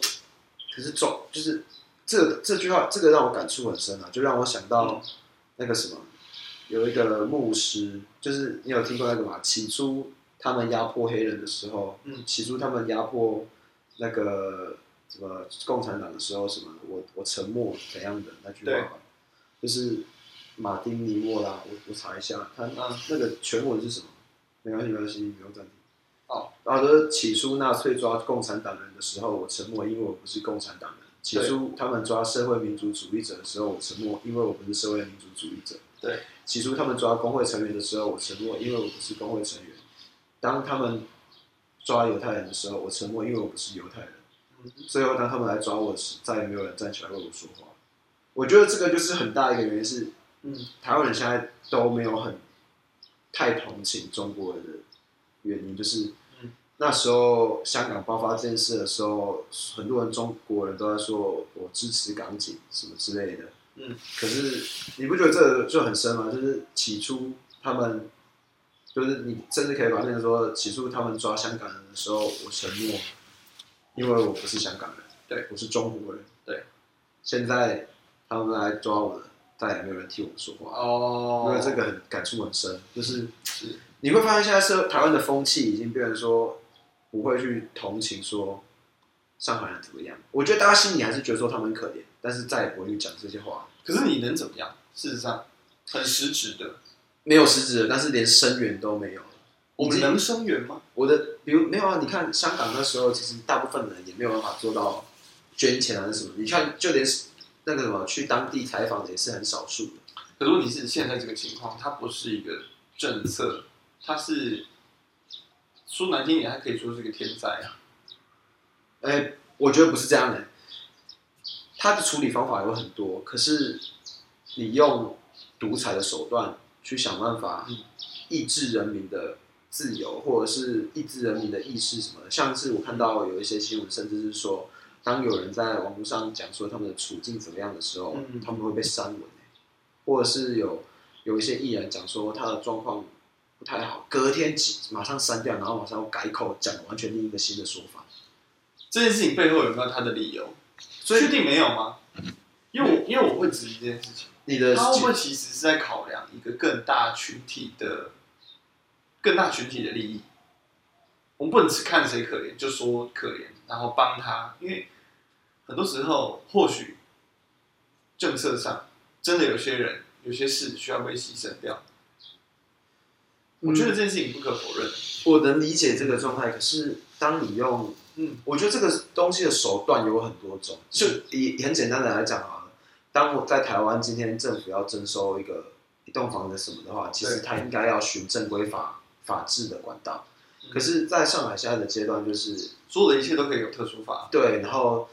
可是总就是这这句话，这个让我感触很深啊，就让我想到那个什么，有一个牧师，就是你有听过那个嘛？起初他们压迫黑人的时候，嗯起初他们压迫那个什么共产党的时候，什么我我沉默怎样的那句话吧，就是马丁尼沃拉，我我查一下，他那那个全文是什么？没关系，没关系，不用暂停。然后就是起初纳粹抓共产党人的时候，我沉默，因为我不是共产党人。起初他们抓社会民主主义者的时候，我沉默，因为我不是社会民主主义者。对。起初他们抓工会成员的时候，我沉默，因为我不是工会成员。当他们抓犹太人的时候，我沉默，因为我不是犹太人。最后当他们来抓我时，再也没有人站起来为我说话。我觉得这个就是很大一个原因是，嗯，台湾人现在都没有很太同情中国人的原因，就是嗯那时候香港爆发这件事的时候，很多人中国人都在说我支持港警什么之类的。嗯，可是你不觉得这个就很深吗？就是起初他们，就是你甚至可以把它变成说，起初他们抓香港人的时候，我沉默，因为我不是香港人，对，我是中国人，对。现在他们来抓我了，再也没有人替我说话。哦因为这个很感触很深，就是是你会发现现在社台湾的风气已经变成说不会去同情说上海人怎么样，我觉得大家心里还是觉得说他们很可怜，但是再也不会去讲这些话，可是你能怎么样？事实上，很实质的，没有实质的，但是连声援都没有。我们已经能声援吗？我的比如没有啊，你看香港那时候，其实大部分人也没有办法做到捐钱啊还是什么，你看就连那个什么去当地采访的也是很少数的。可是问题是，现在这个情况，它不是一个政策，它是说难听点，它可以说是一个天灾啊。哎、我觉得不是这样的、他的处理方法有很多，可是你用独裁的手段去想办法嗯抑制人民的自由，或者是抑制人民的意识什么的。像是我看到有一些新闻，甚至是说，当有人在网络上讲说他们的处境怎么样的时候，嗯他们会被删文、欸或者是有有一些艺人讲说他的状况不太好，隔天几马上删掉，然后马上又改口讲完全另一个新的说法。这件事情背后有没有它的理由？所以确定没有吗？因为我因为我会质疑这件事情，你的他会不会其实是在考量一个更大群体的更大群体的利益？我们不能只看谁可怜就说可怜，然后帮他，因为很多时候或许政策上真的有些人有些事需要被牺牲掉。我觉得这件事情不可否认。我能理解这个状态，可是当你用，嗯，我觉得这个东西的手段有很多种，就以很简单的来讲啊，当我在台湾今天政府要征收一个一栋房子什么的话，其实对它应该要循正规法法治的管道嗯。可是，在上海现在的阶段，就是所有的一切都可以有特殊法，对，然后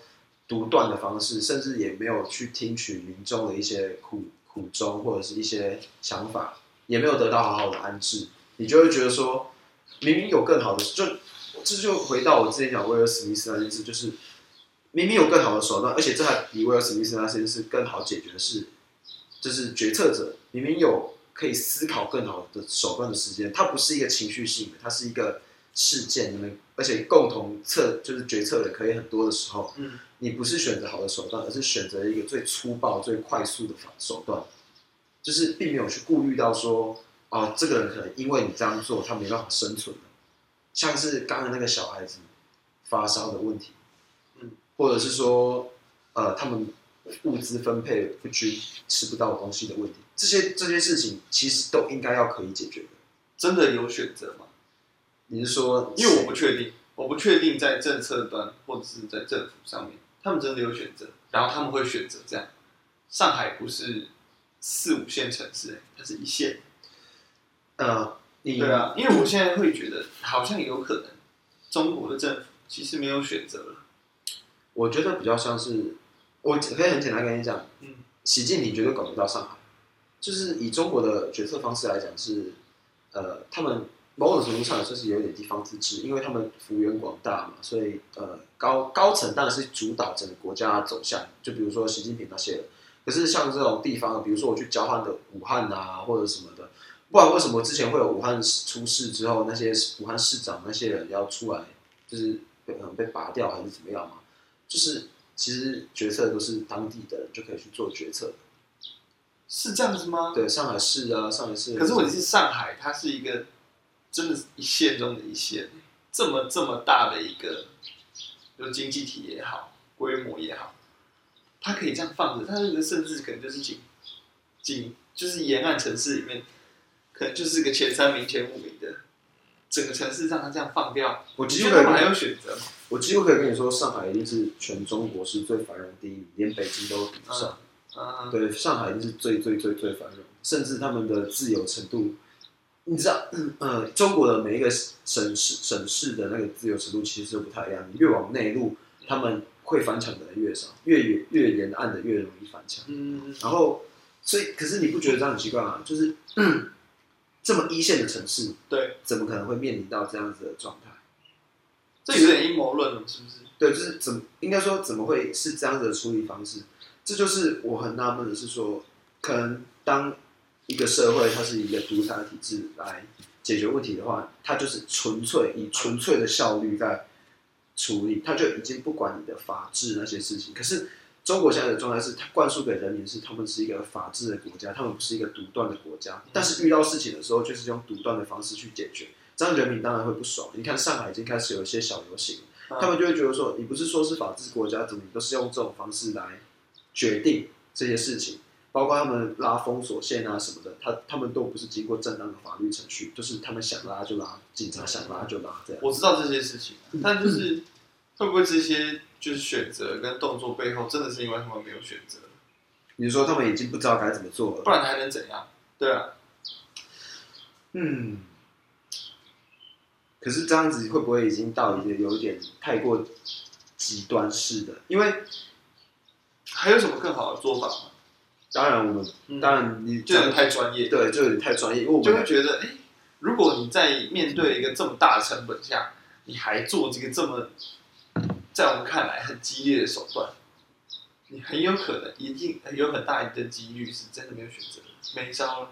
独断的方式，甚至也没有去听取民众的一些苦苦衷或者是一些想法，也没有得到好好的安置，你就会觉得说，明明有更好的，就这就回到我之前讲威尔史密斯那件事，就是明明有更好的手段，而且这还比威尔史密斯那件事更好解决的是，就是决策者明明有可以思考更好的手段的时间，它不是一个情绪性的，它是一个事件，你们而且共同策就是决策的可以很多的时候，嗯，你不是选择好的手段，而是选择一个最粗暴、最快速的法手段，就是并没有去顾虑到说，啊，这个人可能因为你这样做，他没办法生存了，像是刚刚那个小孩子发烧的问题，嗯，或者是说，呃，他们物资分配不均、吃不到东西的问题，这些这些事情其实都应该要可以解决的。真的有选择吗？你是说，因为我不确定，我不确定在政策端或者是在政府上面，他们真的有选择，然后他们会选择这样。上海不是四五线城市、欸，它是一线。呃，你对啊，因为我现在会觉得好像有可能，中国的政府其实没有选择了。我觉得比较像是，我可以很简单跟你讲，嗯，习近平绝对管不到上海，就是以中国的决策方式来讲是，呃，他们某种程度上也算是有点地方自治，因为他们幅员广大嘛，所以呃高高层当然是主导整个国家的走向，就比如说习近平那些人。可是像这种地方，比如说我去交换的武汉啊，或者什么的，不然为什么之前会有武汉出事之后，那些武汉市长那些人要出来，就是被可能被拔掉还是怎么样嘛？就是其实决策都是当地的人就可以去做决策。是这样子吗？对，上海市啊，上海市。可是问题是，上海它是一个真的是一线中的一线，这么这么大的一个，就经济体也好，规模也好，它可以这样放着，它那个甚至可能就是仅仅就是沿岸城市里面，可能就是个前三名、前五名的，整个城市让它这样放掉，我你几觉乎得可以他们还有跟你，选择吗？我几乎可以跟你说，上海一定是全中国是最繁荣第一名，连北京都比不上。啊，对，上海就是最最最最繁荣，甚至他们的自由程度，你知道，呃，中国的每一个省市省市的那个自由程度其实都不太一样。你越往内陆，他们会翻墙的人越少，越远越沿岸的越容易翻墙。嗯，然后，所以可是你不觉得这样很奇怪吗？就是、嗯这么一线的城市，对，怎么可能会面临到这样子的状态？这有点阴谋论了，是不是？对，就是怎么应该说怎么会是这样子的处理方式？这就是我很纳闷的是说，可能当一个社会它是一个独裁的体制来解决问题的话，它就是纯粹以纯粹的效率在处理，它就已经不管你的法治那些事情。可是中国现在的状态是，它灌输给人民是他们是一个法治的国家，他们不是一个独断的国家。但是遇到事情的时候，就是用独断的方式去解决，这样人民当然会不爽。你看上海已经开始有一些小游行了。他们就会觉得说，你不是说是法治国家，怎么你都是用这种方式来决定这些事情，包括他们拉封锁线啊什么的，他他们都不是经过正当的法律程序，就是他们想拉就拉，警察想拉就拉这样。我知道这些事情，但就是会不会这些就是选择跟动作背后，真的是因为他们没有选择，你说他们已经不知道该怎么做不了？然还能怎样？对啊，嗯。可是这样子会不会已经到一个有一点太过极端式的？因为还有什么更好的做法吗？当然我们、嗯当然你就有点太专业，对就有点太专业，因为我就们会觉得，哎、如果你在面对一个这么大的成本下，你还做这个这么，在我们看来很激烈的手段，你很有可能，一定有很大的几率是真的没有选择，没招了。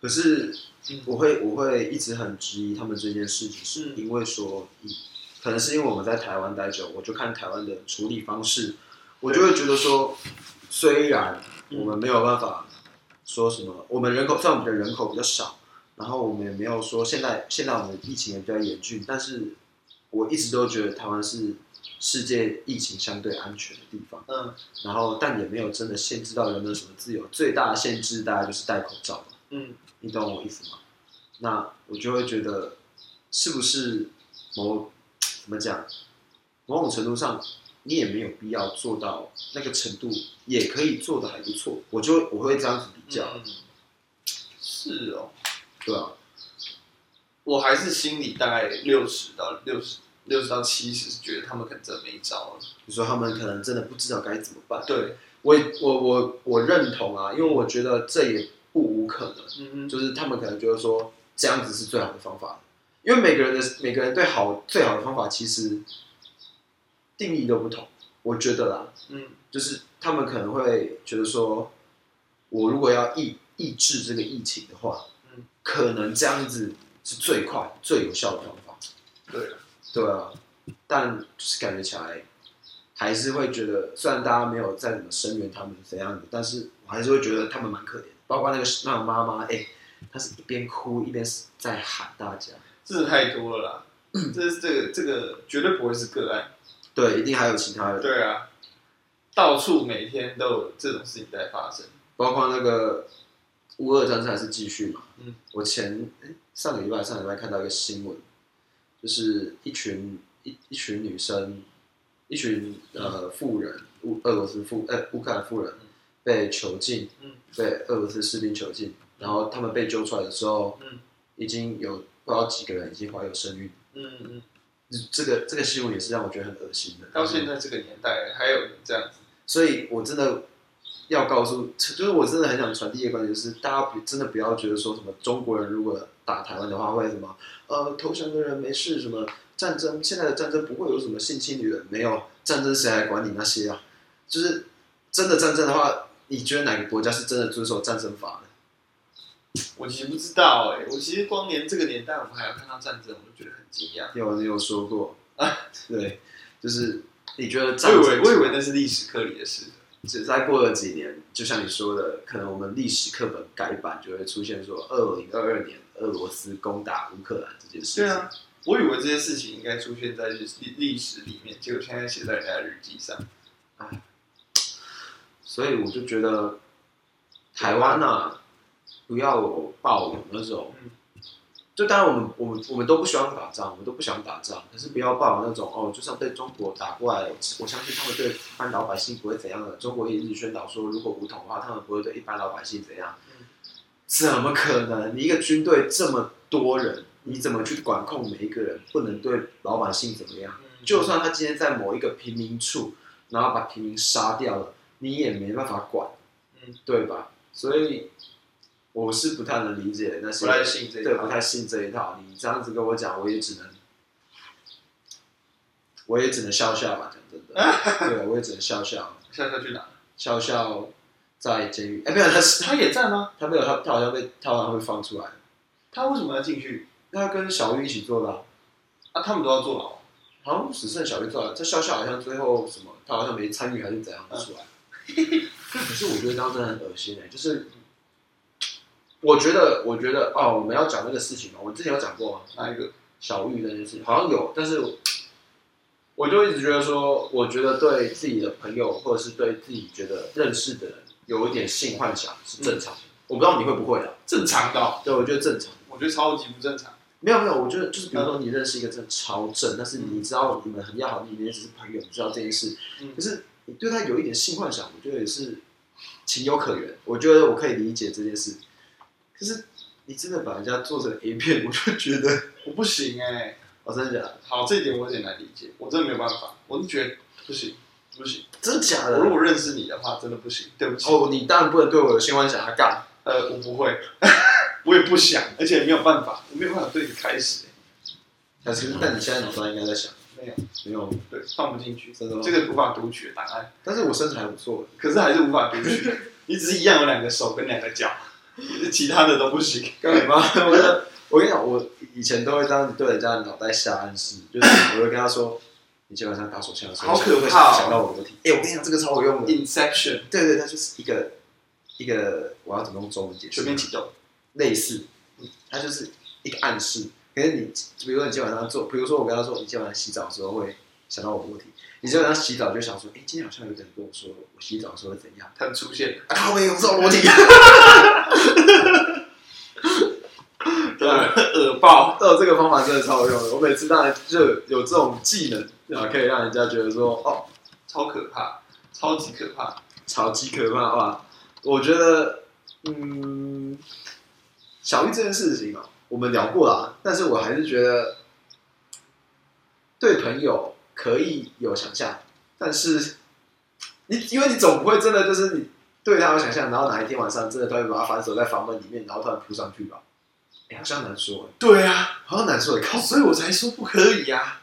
可是嗯我会我会一直很质疑他们这件事情，是嗯因为说，以可能是因为我们在台湾待久，我就看台湾的处理方式，我就会觉得说，虽然我们没有办法说什么，我们人口虽然我们的人口比较少，然后我们也没有说现在现在我们的疫情也比较严峻，但是我一直都觉得台湾是世界疫情相对安全的地方。嗯然后但也没有真的限制到人的什么自由，最大的限制大概就是戴口罩嘛嗯，你懂我意思吗？那我就会觉得，是不是某怎么讲，某种程度上，你也没有必要做到那个程度，也可以做的还不错。我就我会这样子比较，嗯是哦，对啊，我还是心里大概六十到六十六十到七十，觉得他们可能真的没招了。你说他们可能真的不知道该怎么办。对，我我我我认同啊，因为我觉得这也不无可能。嗯就是他们可能觉得说这样子是最好的方法，因为每个人的每个人对好最好的方法其实定义都不同，我觉得啦，嗯就是他们可能会觉得说，我如果要抑抑制这个疫情的话，嗯可能这样子是最快最有效的方法，对了，对啊，但就是感觉起来。还是会觉得，虽然大家没有再怎么声援他们怎样的，但是我还是会觉得他们蛮可怜的。包括那个那个妈妈，哎、她是一边哭一边在喊大家。这是太多了啦。 这是这个这个绝对不会是个案。对，一定还有其他人，对啊，到处每天都有这种事情在发生。包括那个乌俄战争还是继续嘛。嗯，我前、诶上个礼拜上个礼拜看到一个新闻，就是一群一一群女生，一群呃富人，乌俄罗斯富呃乌克兰富人嗯被囚禁，嗯被俄罗斯士兵囚禁，然后他们被揪出来的时候，嗯已经有不知道几个人已经怀有身孕。嗯嗯，这个这个新闻也是让我觉得很恶心的。到现在这个年代还有人这样子，所以我真的要告诉，就是我真的很想传递的观点，就是大家不真的不要觉得说什么中国人如果打台湾的话会什么呃投降的人没事，什么战争现在的战争不会有什么性侵女人，没有战争谁来管你那些啊？就是真的战争的话，你觉得哪个国家是真的遵守战争法的？我其实不知道哎、我其实光连这个年代我们还要看到战争，我就觉得很惊讶。有人有说过 啊，对，就是你觉得我战以争为我以为那是历史课里的事，只再过了几年，就像你说的，可能我们历史课本改版就会出现说，二零二二年俄罗斯攻打乌克兰这件事情。对啊，我以为这些事情应该出现在历历历史里面，结果现在写在人家的日记上。所以我就觉得台湾啊，不要有暴勇那种嗯，就当然我们我们我们都不希望打仗，我们都不想打仗，可是不要抱有那种哦，就算被中国打过来，我相信他们对一般老百姓不会怎样的。中国一直宣导说，如果武统的话，他们不会对一般老百姓怎样嗯，怎么可能？你一个军队这么多人，你怎么去管控每一个人？不能对老百姓怎么样？就算他今天在某一个平民处，然后把平民杀掉了，你也没办法管，嗯，对吧？所以我是不太能理解那些不太信这一套对，不太信这一套。你这样子跟我讲，我也只能，我也只能笑笑吧，讲 真的，对，我也只能笑笑，笑笑去哪？笑笑在监狱。哎，没有，他是他也在吗？他没有，他他好像被他好像会放出来，他为什么要进去？他跟小玉一起做的啊、啊，他们都要坐牢。好像只剩小玉做了，这笑笑好像最后什么，他好像没参与还是怎样出来。可是我觉得当真的很恶心哎、就是我觉得，我觉得哦，我们要讲那个事情嘛，我之前有讲过吗？哪一个？小玉那件事情好像有，但是我我就一直觉得说，我觉得对自己的朋友或者是对自己觉得认识的人有一点性幻想是正常的。我不知道你会不会啊？正常的哦、对，我觉得正常。我觉得超级不正常。没有没有，我觉得嗯就是比如说你认识一个真的超正，但是你知道你们很要好，你们也只是朋友，你知道这件事，嗯可是你对他有一点性幻想，我觉得也是情有可原。我觉得我可以理解这件事，可是你真的把人家做成 A 片，我就觉得， 我不行哎、哦，真的假的？好，这一点我有点难理解，我真的没有办法，我就觉得不行，不行。真的假我如的？果认识你的话，真的不行，对不起。嗯哦，你当然不能对我有性幻想啊，干！呃，我不会， 我也不想，而且没有办法，我没有办法对你开始、欸但是，但你现在脑袋应该在想，没有，没有，对，放不进去，真的吗这个无法读取的答案，但是我身材还不错，可是还是无法读取。 你只是一样有两个手跟两个脚，其他的都不行。干嘛？ 我就我跟你讲，我以前都会这样子对人家的脑袋下暗示，就是我会跟他说，你基本上打手枪的时候，好可怕哦想到我的体。哎、我跟你讲，这个超有用的。 Inception，对对，它就是一个一个，我要怎么用中文解释？随便启动。类似，它就是一个暗示。可是你，比如说你今晚上做，比如说我跟他说，你今晚上洗澡的时候会想到我的问题，你今晚上洗澡就想说，哎、今天好像有个人跟我说，我洗澡的时候会怎样？它出现了，啊，靠背，我知道裸体。对，耳爆，哦，这个方法真的超有用的。我每次当然就有这种技能啊，可以让人家觉得说，哦，超可怕，超级可怕。超级可怕哇！我觉得，嗯，小玉这件事情啊，我嗯们聊过啦，但是我还是觉得，对朋友可以有想象，但是你因为你总不会真的就是你对他有想象，然后哪一天晚上真的突然把他反锁在房门里面，然后突然扑上去吧？哎、好像难说、对啊，好像难说、靠，所以我才说不可以啊。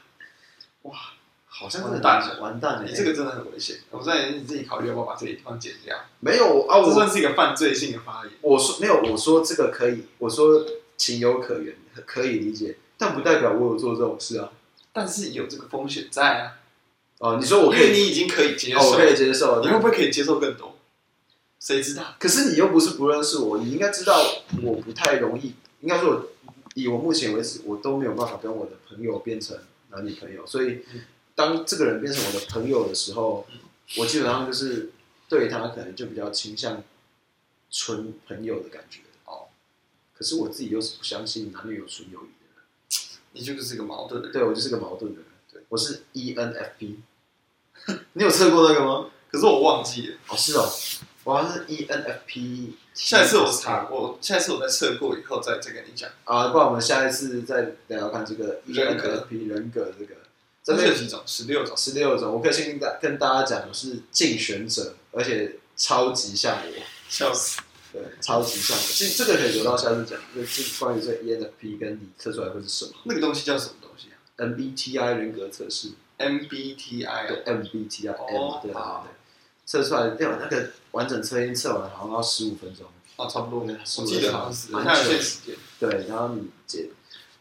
好像真的完蛋了完蛋了、你这个真的很危险，我在你自己考虑要不要把这一段剪掉。没有啊，这我算是一个犯罪性的发言。我说没有，我说这个可以，我说情有可原，可以理解，但不代表我有做这种事啊。但是有这个风险在啊，哦，你说我因可为以，你已经可以接哦，我受，可以接受，你会不会可以接受更多？谁知道？可是你又不是不认识我，你应该知道我不太容易，应该说我以我目前为止，我都没有办法跟我的朋友变成男女朋友，所以嗯当这个人变成我的朋友的时候，我基本上就是对他可能就比较倾向纯朋友的感觉。哦，可是我自己又是不相信男女有纯友谊的人。你就是个矛盾的人。对我就是个矛盾的人，对我是 E ENFP。你有测过那个吗？可是我忘记了，哦，是哦，我好像是 E ENFP。下一次我查，我下一次我再测过以后再再跟你讲。啊，不然我们下一次再聊聊看这个人格 ENFP 人格这个。这真的有边几种？十六种。十六种，我可以先跟大跟大家讲，我是竞选者，而且超级像我，笑死！对，超级像我。其实这个可以留到下次讲，这这关于这 ENFP 跟你测出来会是什么那个东西叫什么东西啊？MBTI 人格测试， ？MBTI 啊对 MBTI 哦 M 对对好对，测出来哎对，那个完整测验测完好像要十五分钟。哦，差不多，对我记得好像是，蛮看久现时间，对，然后你解，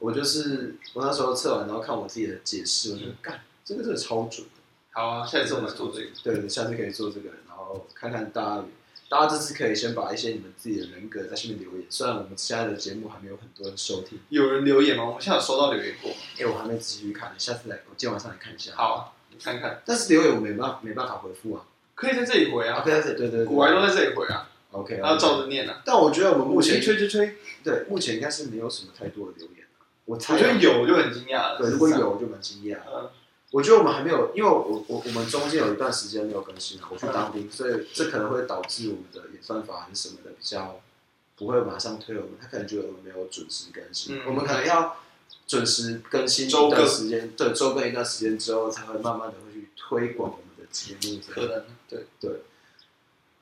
我就是我那时候测完，然后看我自己的解释，我就干，这个真的超准的。好啊，下一次我们做这个。对，下次可以做这个，然后看看大家，大家这次可以先把一些你们自己的人格在下面留言。虽然我们现在的节目还没有很多人收听，有人留言吗？我们现在有收到留言过吗，哎，我还没仔细去看，下次来，我今天晚上来看一下。，好，啊你看看，但是留言我没办法没办法回复啊。可以在这里回啊， OK，对对对对，古玩都在这里回啊， OK，他照着念啊。但我觉得我们目我前吹吹吹，对目前应该是没有什么太多的留言啊我猜我啊觉得有我就很惊讶了。对，如果有我就蛮惊讶的。嗯，我觉得我们还没有，因为我我我们中间有一段时间没有更新了，我嗯去当兵，所以这可能会导致我们的演算法还是什么的比较不会马上推我们，他可能觉得我们没有准时更新，嗯我们可能要准时更新周一更段时间，对，周更一段时间之后，才会慢慢的会去推广我们的节目这可样。能对，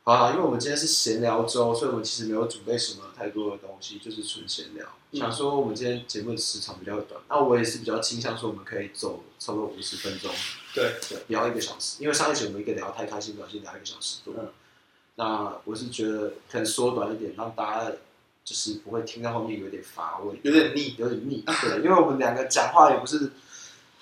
好啦，因为我们今天是闲聊周，所以我们其实没有准备什么太多的东西，就是纯闲聊。嗯想说我们今天节目的时长比较短，那我也是比较倾向说我们可以走差不多五十分钟。对，对，聊一个小时，因为上一集我们一个聊太开心，表现聊一个小时多。嗯那我是觉得可能缩短一点，让大家就是不会听到后面有点乏味，有点腻，有点腻。对，因为我们两个讲话也 不是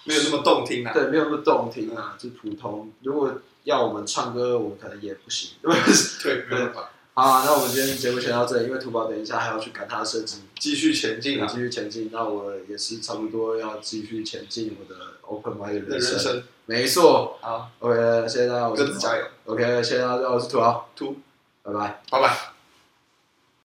没有那么动听啊。对，没有那么动听嗯啊，就普通。如果要我们唱歌，我们可能也不行。 对不是对，没有办法，好、啊，那我们今天节目先到这里，因为土宝等一下还要去赶他的设计。继续前进啊继。续前进，那我也是差不多要继续前进我的 open mind 你的的人人生。生，没错好， ，OK，谢谢大家，我是各自土豪加油， OK，谢谢大家，我是土豪，兔，拜拜。拜拜。